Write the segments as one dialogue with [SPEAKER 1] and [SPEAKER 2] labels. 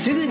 [SPEAKER 1] 役立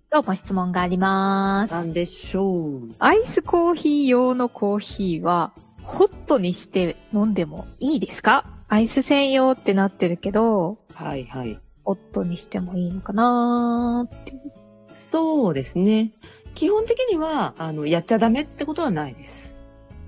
[SPEAKER 2] どうも質問があります。
[SPEAKER 1] なんでしょう
[SPEAKER 2] アイスコーヒー用のコーヒーは、ホットにして飲んでもいいですかアイス専用ってなってるけど、
[SPEAKER 3] はいはい。
[SPEAKER 2] ホットにしてもいいのかなーって。
[SPEAKER 3] そうですね。基本的には、あの、やっちゃダメってことはないです。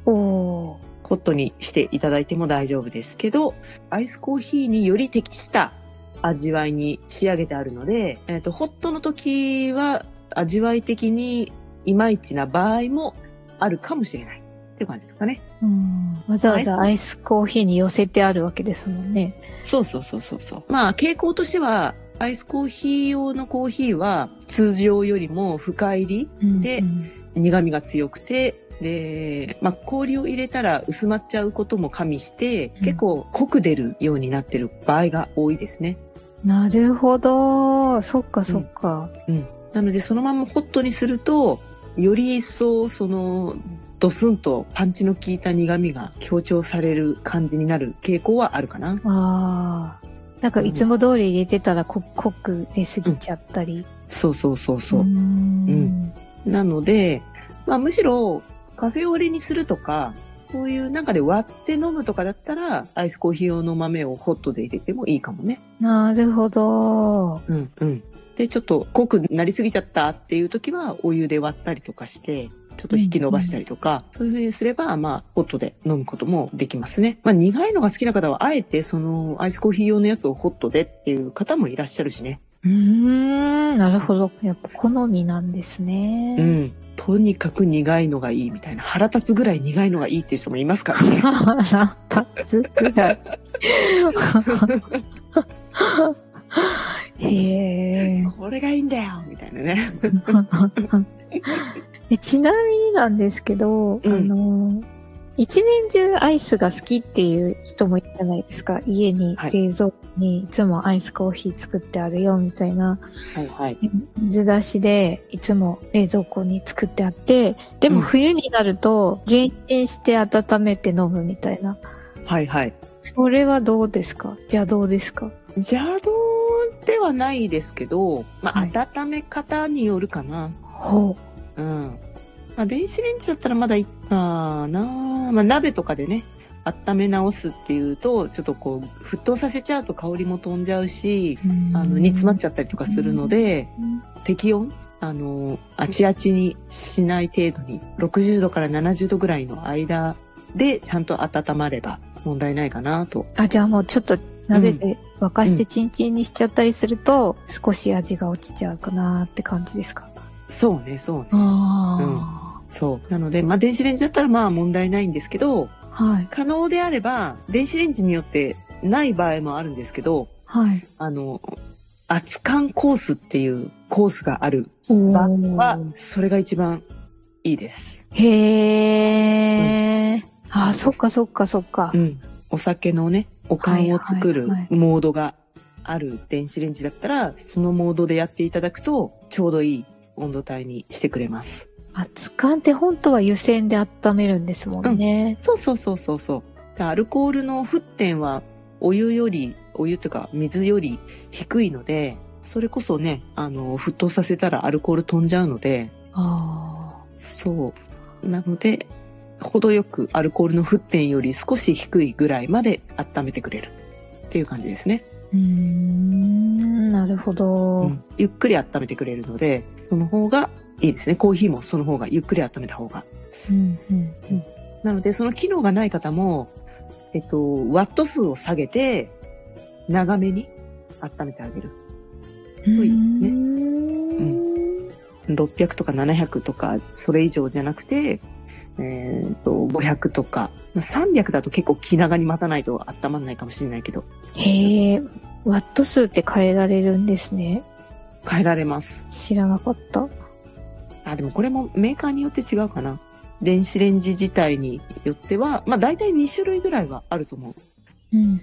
[SPEAKER 2] おー。
[SPEAKER 3] ホットにしていただいても大丈夫ですけど、アイスコーヒーにより適した味わいに仕上げてあるので、えっ、と、ホットの時は味わい的にいまいちな場合もあるかもしれないっていう感じですかね。
[SPEAKER 2] うん。わざわざ
[SPEAKER 3] ア
[SPEAKER 2] アイスコーヒーに寄せてあるわけですもんね。
[SPEAKER 3] そうそうそうそうそう。まあ、傾向としては、アイスコーヒー用のコーヒーは通常よりも深入りで
[SPEAKER 2] うん
[SPEAKER 3] 苦味が強くて、で、まあ、氷を入れたら薄まっちゃうことも加味して、
[SPEAKER 2] うん
[SPEAKER 3] 結構濃く出るようになってる場合が多いですね。
[SPEAKER 2] なるほど。そっかそっか。
[SPEAKER 3] なので、そのままホットにすると、より一層、その、ドスンとパンチの効いた苦味が強調される感じになる傾向はあるかな。
[SPEAKER 2] あー。なんかいつも通り入れてたらこ濃く出すぎちゃったり。
[SPEAKER 3] そうそうそうそう。
[SPEAKER 2] ー
[SPEAKER 3] うん
[SPEAKER 2] ん
[SPEAKER 3] なので、まあ、むしろカフェオレにするとか、そういう中で割って飲むとかだったら、アイスコーヒー用の豆をホットで入れてもいいかもね。
[SPEAKER 2] なるほど。
[SPEAKER 3] うんうん。で、ちょっと濃くなりすぎちゃったっていう時は、お湯で割ったりとかして、ちょっと引き伸ばしたりとか、そういう風にすれば、まあ、ホットで飲むこともできますね。まあ、苦いのが好きな方は、あえて、その、アイスコーヒー用のやつをホットでっていう方もいらっしゃるしね。
[SPEAKER 2] うーん、なるほど。やっぱ好みなんですね。
[SPEAKER 3] うん。とにかく苦いのがいいみたいな。腹立つぐらい苦いのがいいっていう人もいますからね。
[SPEAKER 2] 腹立つぐ らい。へえ。
[SPEAKER 3] これがいいんだよみたいなね。
[SPEAKER 2] えちなみになんですけど、
[SPEAKER 3] うん
[SPEAKER 2] あの、一年中アイスが好きっていう人もいるじゃないですか。家に、
[SPEAKER 3] はい
[SPEAKER 2] 冷蔵庫にいつもアイスコーヒー作ってあるよみたいな。
[SPEAKER 3] はいはい。
[SPEAKER 2] 水出しでいつも冷蔵庫に作ってあって、で
[SPEAKER 3] う
[SPEAKER 2] も
[SPEAKER 3] ん
[SPEAKER 2] 冬になると減鎮して温めて飲むみたいな。
[SPEAKER 3] はいはい。
[SPEAKER 2] それはどうですか邪道ですか
[SPEAKER 3] 邪道ではないですけど、まあ、
[SPEAKER 2] はい
[SPEAKER 3] 温め方によるかな。
[SPEAKER 2] ほ
[SPEAKER 3] うん。まあ、電子レンジだったらまだいいかな。まあ、鍋とかでね、温め直すっていうと、ちょっとこう、沸騰させちゃうと香りも飛んじゃうし、
[SPEAKER 2] う。
[SPEAKER 3] あの、煮詰まっ
[SPEAKER 2] ゃ
[SPEAKER 3] ちゃったりとかするので、適温あの、あちあちにしない程度に、60度から70度ぐらいの間で、ちゃんと温まれば問題ないかなと。
[SPEAKER 2] あ、じゃあもうちょっと鍋で沸かしてチンチンにしちゃったりすると、少し味が落ちちゃうかなって感じですか
[SPEAKER 3] そうね、そうね。
[SPEAKER 2] あ
[SPEAKER 3] そう。なので、まあ、電子レンジだったらまあ問題ないんですけど、
[SPEAKER 2] あ。はい。
[SPEAKER 3] 可能であれば、電子レンジによってない場合もあるんですけど、
[SPEAKER 2] はい。
[SPEAKER 3] あの、熱燗コースっていうコースがある
[SPEAKER 2] お
[SPEAKER 3] 場合
[SPEAKER 2] ー
[SPEAKER 3] は、それが一番いいです。
[SPEAKER 2] へー。あ、そっかそっかそっか。
[SPEAKER 3] うん。お酒のね、お燗を作る
[SPEAKER 2] はいはいは
[SPEAKER 3] モードがある電子レンジだったら、そのモードでやっていただくと、ちょうどいい温度帯にしてくれます。
[SPEAKER 2] 熱燗って本当は湯煎で温めるんですもんね。
[SPEAKER 3] そうそうそうそうそう。でアルコールの沸点はお湯より、お湯というか水より低いので、それこそね、あの、沸騰させたらアルコール飛んじゃうので、
[SPEAKER 2] あ
[SPEAKER 3] そう。なので、程よくアルコールの沸点より少し低いぐらいまで温めてくれるっていう感じですね。
[SPEAKER 2] あ。うーん、なるほど。
[SPEAKER 3] うんゆっくり温めてくれるので、その方がいいですね。コーヒーもその方がゆっくり温めた方が。
[SPEAKER 2] うん、うん、うん。
[SPEAKER 3] なので、その機能がない方も、えっと、ワット数を下げて、長めに温めてあげる。
[SPEAKER 4] うん
[SPEAKER 3] いね
[SPEAKER 2] ん
[SPEAKER 3] 600とか700とか、それ以上じゃなくて、えっと、500とか、まあ300だと結構気長に待たないと温まんないかもしれないけど、
[SPEAKER 2] へえ、ワット数って変えられるんですね。
[SPEAKER 3] 変えられます。
[SPEAKER 2] 知らなかった。
[SPEAKER 3] あ、でもこれもメーカーによって違うかな。電子レンジ自体によっては、まあ大体2種類ぐらいはあると思う。
[SPEAKER 2] うんうん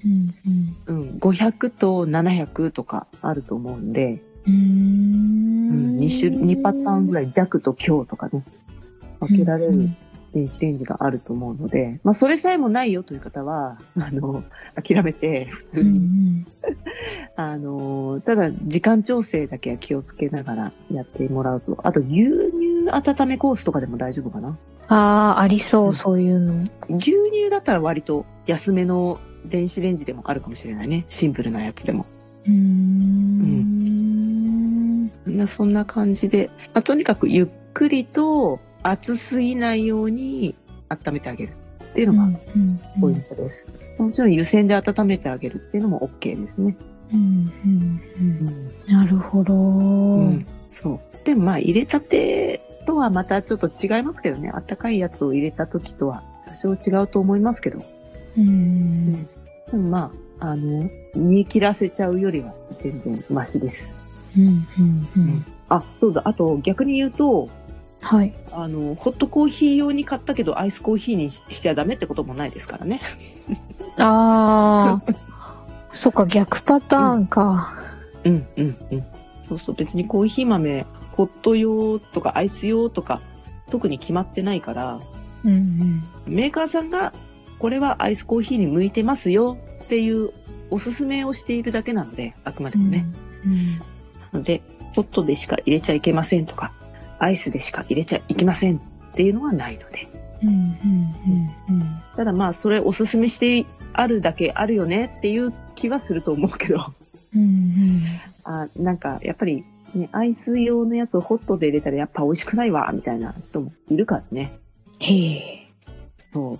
[SPEAKER 2] うん。
[SPEAKER 3] うん、500と700とかあると思うんで、
[SPEAKER 2] うー
[SPEAKER 3] うんん、2, 種2パターンぐらい弱と強とかね、分けられる。電子レンジがあると思うので、まあそれさえもないよという方は、あの、諦めて普通
[SPEAKER 2] うんう
[SPEAKER 3] に、
[SPEAKER 2] ん
[SPEAKER 3] あの、ただ時間調整だけは気をつけながらやってもらうと、あと牛乳温めコースとかでも大丈夫かな。
[SPEAKER 2] ああ、ありそうう、
[SPEAKER 3] ん
[SPEAKER 2] そういうの。
[SPEAKER 3] 牛乳だったら割と安めの電子レンジでもあるかもしれないね。シンプルなやつでも。
[SPEAKER 2] うーん。
[SPEAKER 3] なそんな感じで、まあ、とにかくゆっくりと熱すぎないように温めてあげるっていうのが
[SPEAKER 2] うんうん
[SPEAKER 3] ポイントです。もちろん湯煎で温めてあげるっていうのも OK ですね。
[SPEAKER 2] うんうんうんなるほど。
[SPEAKER 3] うん、そう。でもまあ入れたてとはまたちょっと違いますけどね。あったかいやつを入れた時とは多少違うと思いますけど。
[SPEAKER 2] うん
[SPEAKER 3] でもまあ、あの、煮切らせちゃうよりは全然マシです。
[SPEAKER 2] うんうんうん
[SPEAKER 3] んあ、そうだ。あと逆に言うと、
[SPEAKER 2] はい。
[SPEAKER 3] あの、ホットコーヒー用に買ったけど、アイスコーヒーにししちゃダメってこともないですからね。
[SPEAKER 2] ああ。そっか、逆パターンか。
[SPEAKER 3] うん、うん、うん。そうそう、別にコーヒー豆、ホット用とかアイス用とか、特に決まってないから、
[SPEAKER 2] うん
[SPEAKER 3] メーカーさんが、これはアイスコーヒーに向いてますよっていうおすすめをしているだけなので、あくまで
[SPEAKER 2] うん
[SPEAKER 3] もね。。
[SPEAKER 2] うん
[SPEAKER 3] なので、ホットでしか入れちゃいけませんとか、アイスでしか入れちゃいけませんっていうのはないので。
[SPEAKER 2] うんうんうんうん
[SPEAKER 3] ただまあ、それおすすめしてあるだけあるよねっていう気はすると思うけど。
[SPEAKER 2] うん
[SPEAKER 3] あなんか、やっぱり、ね、アイス用のやつをホットで入れたらやっぱ美味しくないわ、みたいな人もいるからね。
[SPEAKER 2] へえ。
[SPEAKER 3] そう。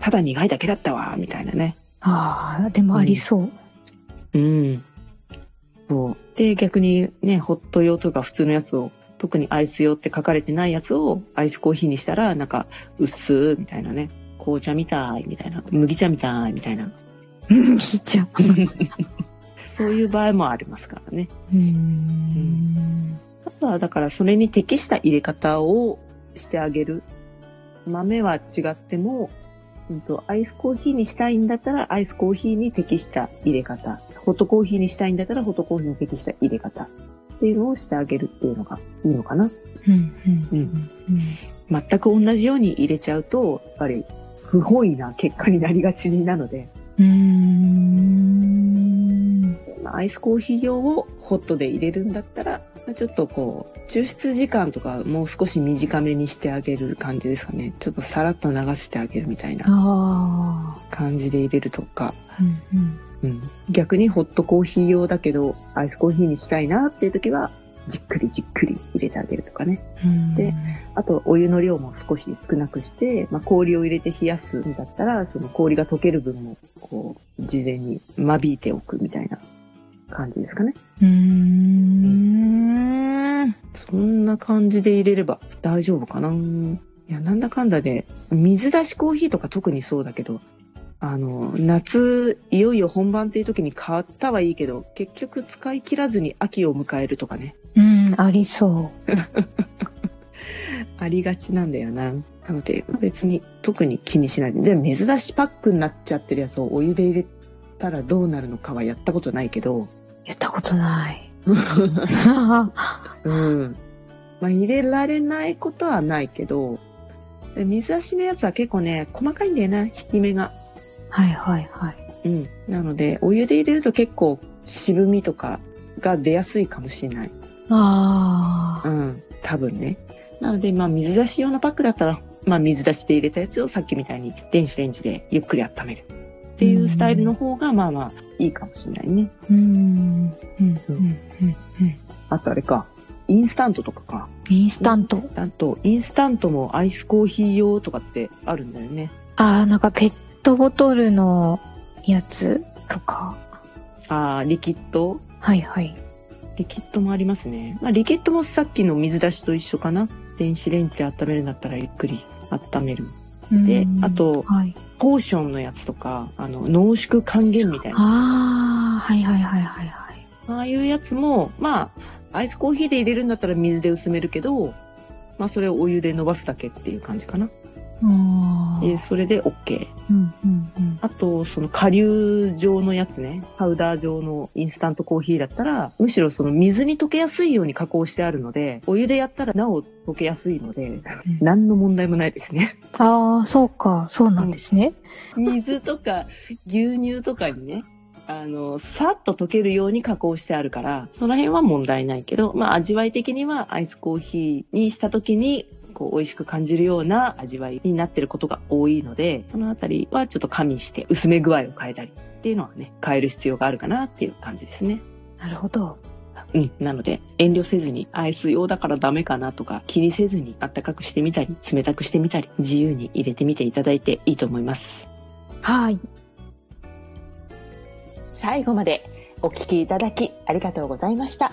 [SPEAKER 3] ただ苦いだけだったわ、みたいなね。
[SPEAKER 2] ああ、でもありそう。
[SPEAKER 3] うん。そう。で、逆にね、ホット用とか普通のやつを、特にアイス用って書かれてないやつをアイスコーヒーにしたら、なんか、薄ーみたいなね。紅茶みたい、みたいな。麦茶みたい、みたいな。
[SPEAKER 2] うん、ひちゃん。
[SPEAKER 3] そういう場合もありますからね。
[SPEAKER 2] うん。
[SPEAKER 3] あとはだからそれに適した入れ方をしてあげる。豆は違っても、うんと、アイスコーヒーにしたいんだったらアイスコーヒーに適した入れ方。ホットコーヒーにしたいんだったらホットコーヒーに適した入れ方。っていうのをしてあげるっていうのがいいのかな。
[SPEAKER 2] うんうん
[SPEAKER 3] うん。
[SPEAKER 2] うん
[SPEAKER 3] 全く同じように入れちゃうと、やっぱり不本意な結果になりがちなので、
[SPEAKER 2] うーん。
[SPEAKER 3] まあアイスコーヒー用をホットで入れるんだったら、まあちょっとこう、抽出時間とかもう少し短めにしてあげる感じですかね。ちょっとさらっと流してあげるみたいな
[SPEAKER 2] あ
[SPEAKER 3] 感じで入れるとか。
[SPEAKER 2] あ。うんうん。
[SPEAKER 3] うん、逆にホットコーヒー用だけど、アイスコーヒーにしたいなっていう時は、じっくりじっくり入れてあげるとかね。
[SPEAKER 2] うん
[SPEAKER 3] で、あと、お湯の量も少し少なくして、まあ、氷を入れて冷やすんだったら、その氷が溶ける分も、こう、事前に間引いておくみたいな感じですかね。
[SPEAKER 2] うーん。
[SPEAKER 3] そんな感じで入れれば大丈夫かな。いや、なんだかんだで、水出しコーヒーとか特にそうだけど、あの、夏、いよいよ本番っていう時に買ったはいいけど、結局使い切らずに秋を迎えるとかね、
[SPEAKER 2] うん、ありそ
[SPEAKER 3] ありがちなんだよな。なので、別に特に気にしないで。で、水出しパックになっちゃってるやつをお湯で入れたらどうなるのかはやったことないけど、
[SPEAKER 2] う。やったことない。う
[SPEAKER 3] うん。まあ、入れられないことはないけど、で水足のやつは結構ね、細かいんだよな、引き目が。
[SPEAKER 2] はいはいはい。
[SPEAKER 3] うん。なので、お湯で入れると結構渋みとかが出やすいかもしれない。
[SPEAKER 2] あ
[SPEAKER 3] う
[SPEAKER 2] あ。
[SPEAKER 3] ん。多分ね。なので、まあ、水出し用のパックだったら、まあ、水出しで入れたやつをさっきみたいに電子レンジでゆっくり温める。っていうスタイルの方が、まあまあ、いいかもしれないね。
[SPEAKER 2] うん。うんうんうんうん。
[SPEAKER 3] あとあれか、インスタントとかか。
[SPEAKER 2] インスタント。
[SPEAKER 3] あと、インスタントもアイスコーヒー用とかってあるんだよね。
[SPEAKER 2] ああ、なんかペットボトルのやつとか。
[SPEAKER 3] ああ、リキッド
[SPEAKER 2] はいはい。
[SPEAKER 3] リキッドもありますね。まあ、リキッドもさっきの水出しと一緒かな。電子レンジで温めるんだったらゆっくり温める。で
[SPEAKER 2] うん
[SPEAKER 3] あと
[SPEAKER 2] はい。
[SPEAKER 3] ポーションのやつとか、あの、濃縮還元みたいな。
[SPEAKER 2] ああ、はいはいはいはいはい。
[SPEAKER 3] ああいうやつも、まあ、アイスコーヒーで入れるんだったら水で薄めるけど、まあ、それをお湯で伸ばすだけっていう感じかな。
[SPEAKER 2] あ
[SPEAKER 3] で、
[SPEAKER 2] ー
[SPEAKER 3] それで OK。
[SPEAKER 2] うんうんうん。
[SPEAKER 3] あと、その顆粒状のやつね。パウダー状のインスタントコーヒーだったら、むしろその水に溶けやすいように加工してあるので、お湯でやったらなお溶けやすいので、何の問題もないですね。
[SPEAKER 2] ああ、そうか、そうなんですね。
[SPEAKER 3] 水とか牛乳とかにねあのさっと溶けるように加工してあるからその辺は問題ないけど、まあ、味わい的にはアイスコーヒーにした時にこう美味しく感じるような味わいになってることが多いのでそのあたりはちょっと加味して薄め具合を変えたりっていうのはね変える必要があるかなっていう感じですね。
[SPEAKER 2] なるほど。
[SPEAKER 3] うん、なので遠慮せずにアイス用だからダメかなとか気にせずにあったかくしてみたり冷たくしてみたり自由に入れてみていただいていいと思います。
[SPEAKER 2] はい。
[SPEAKER 1] 最後までお聞きいただきありがとうございました。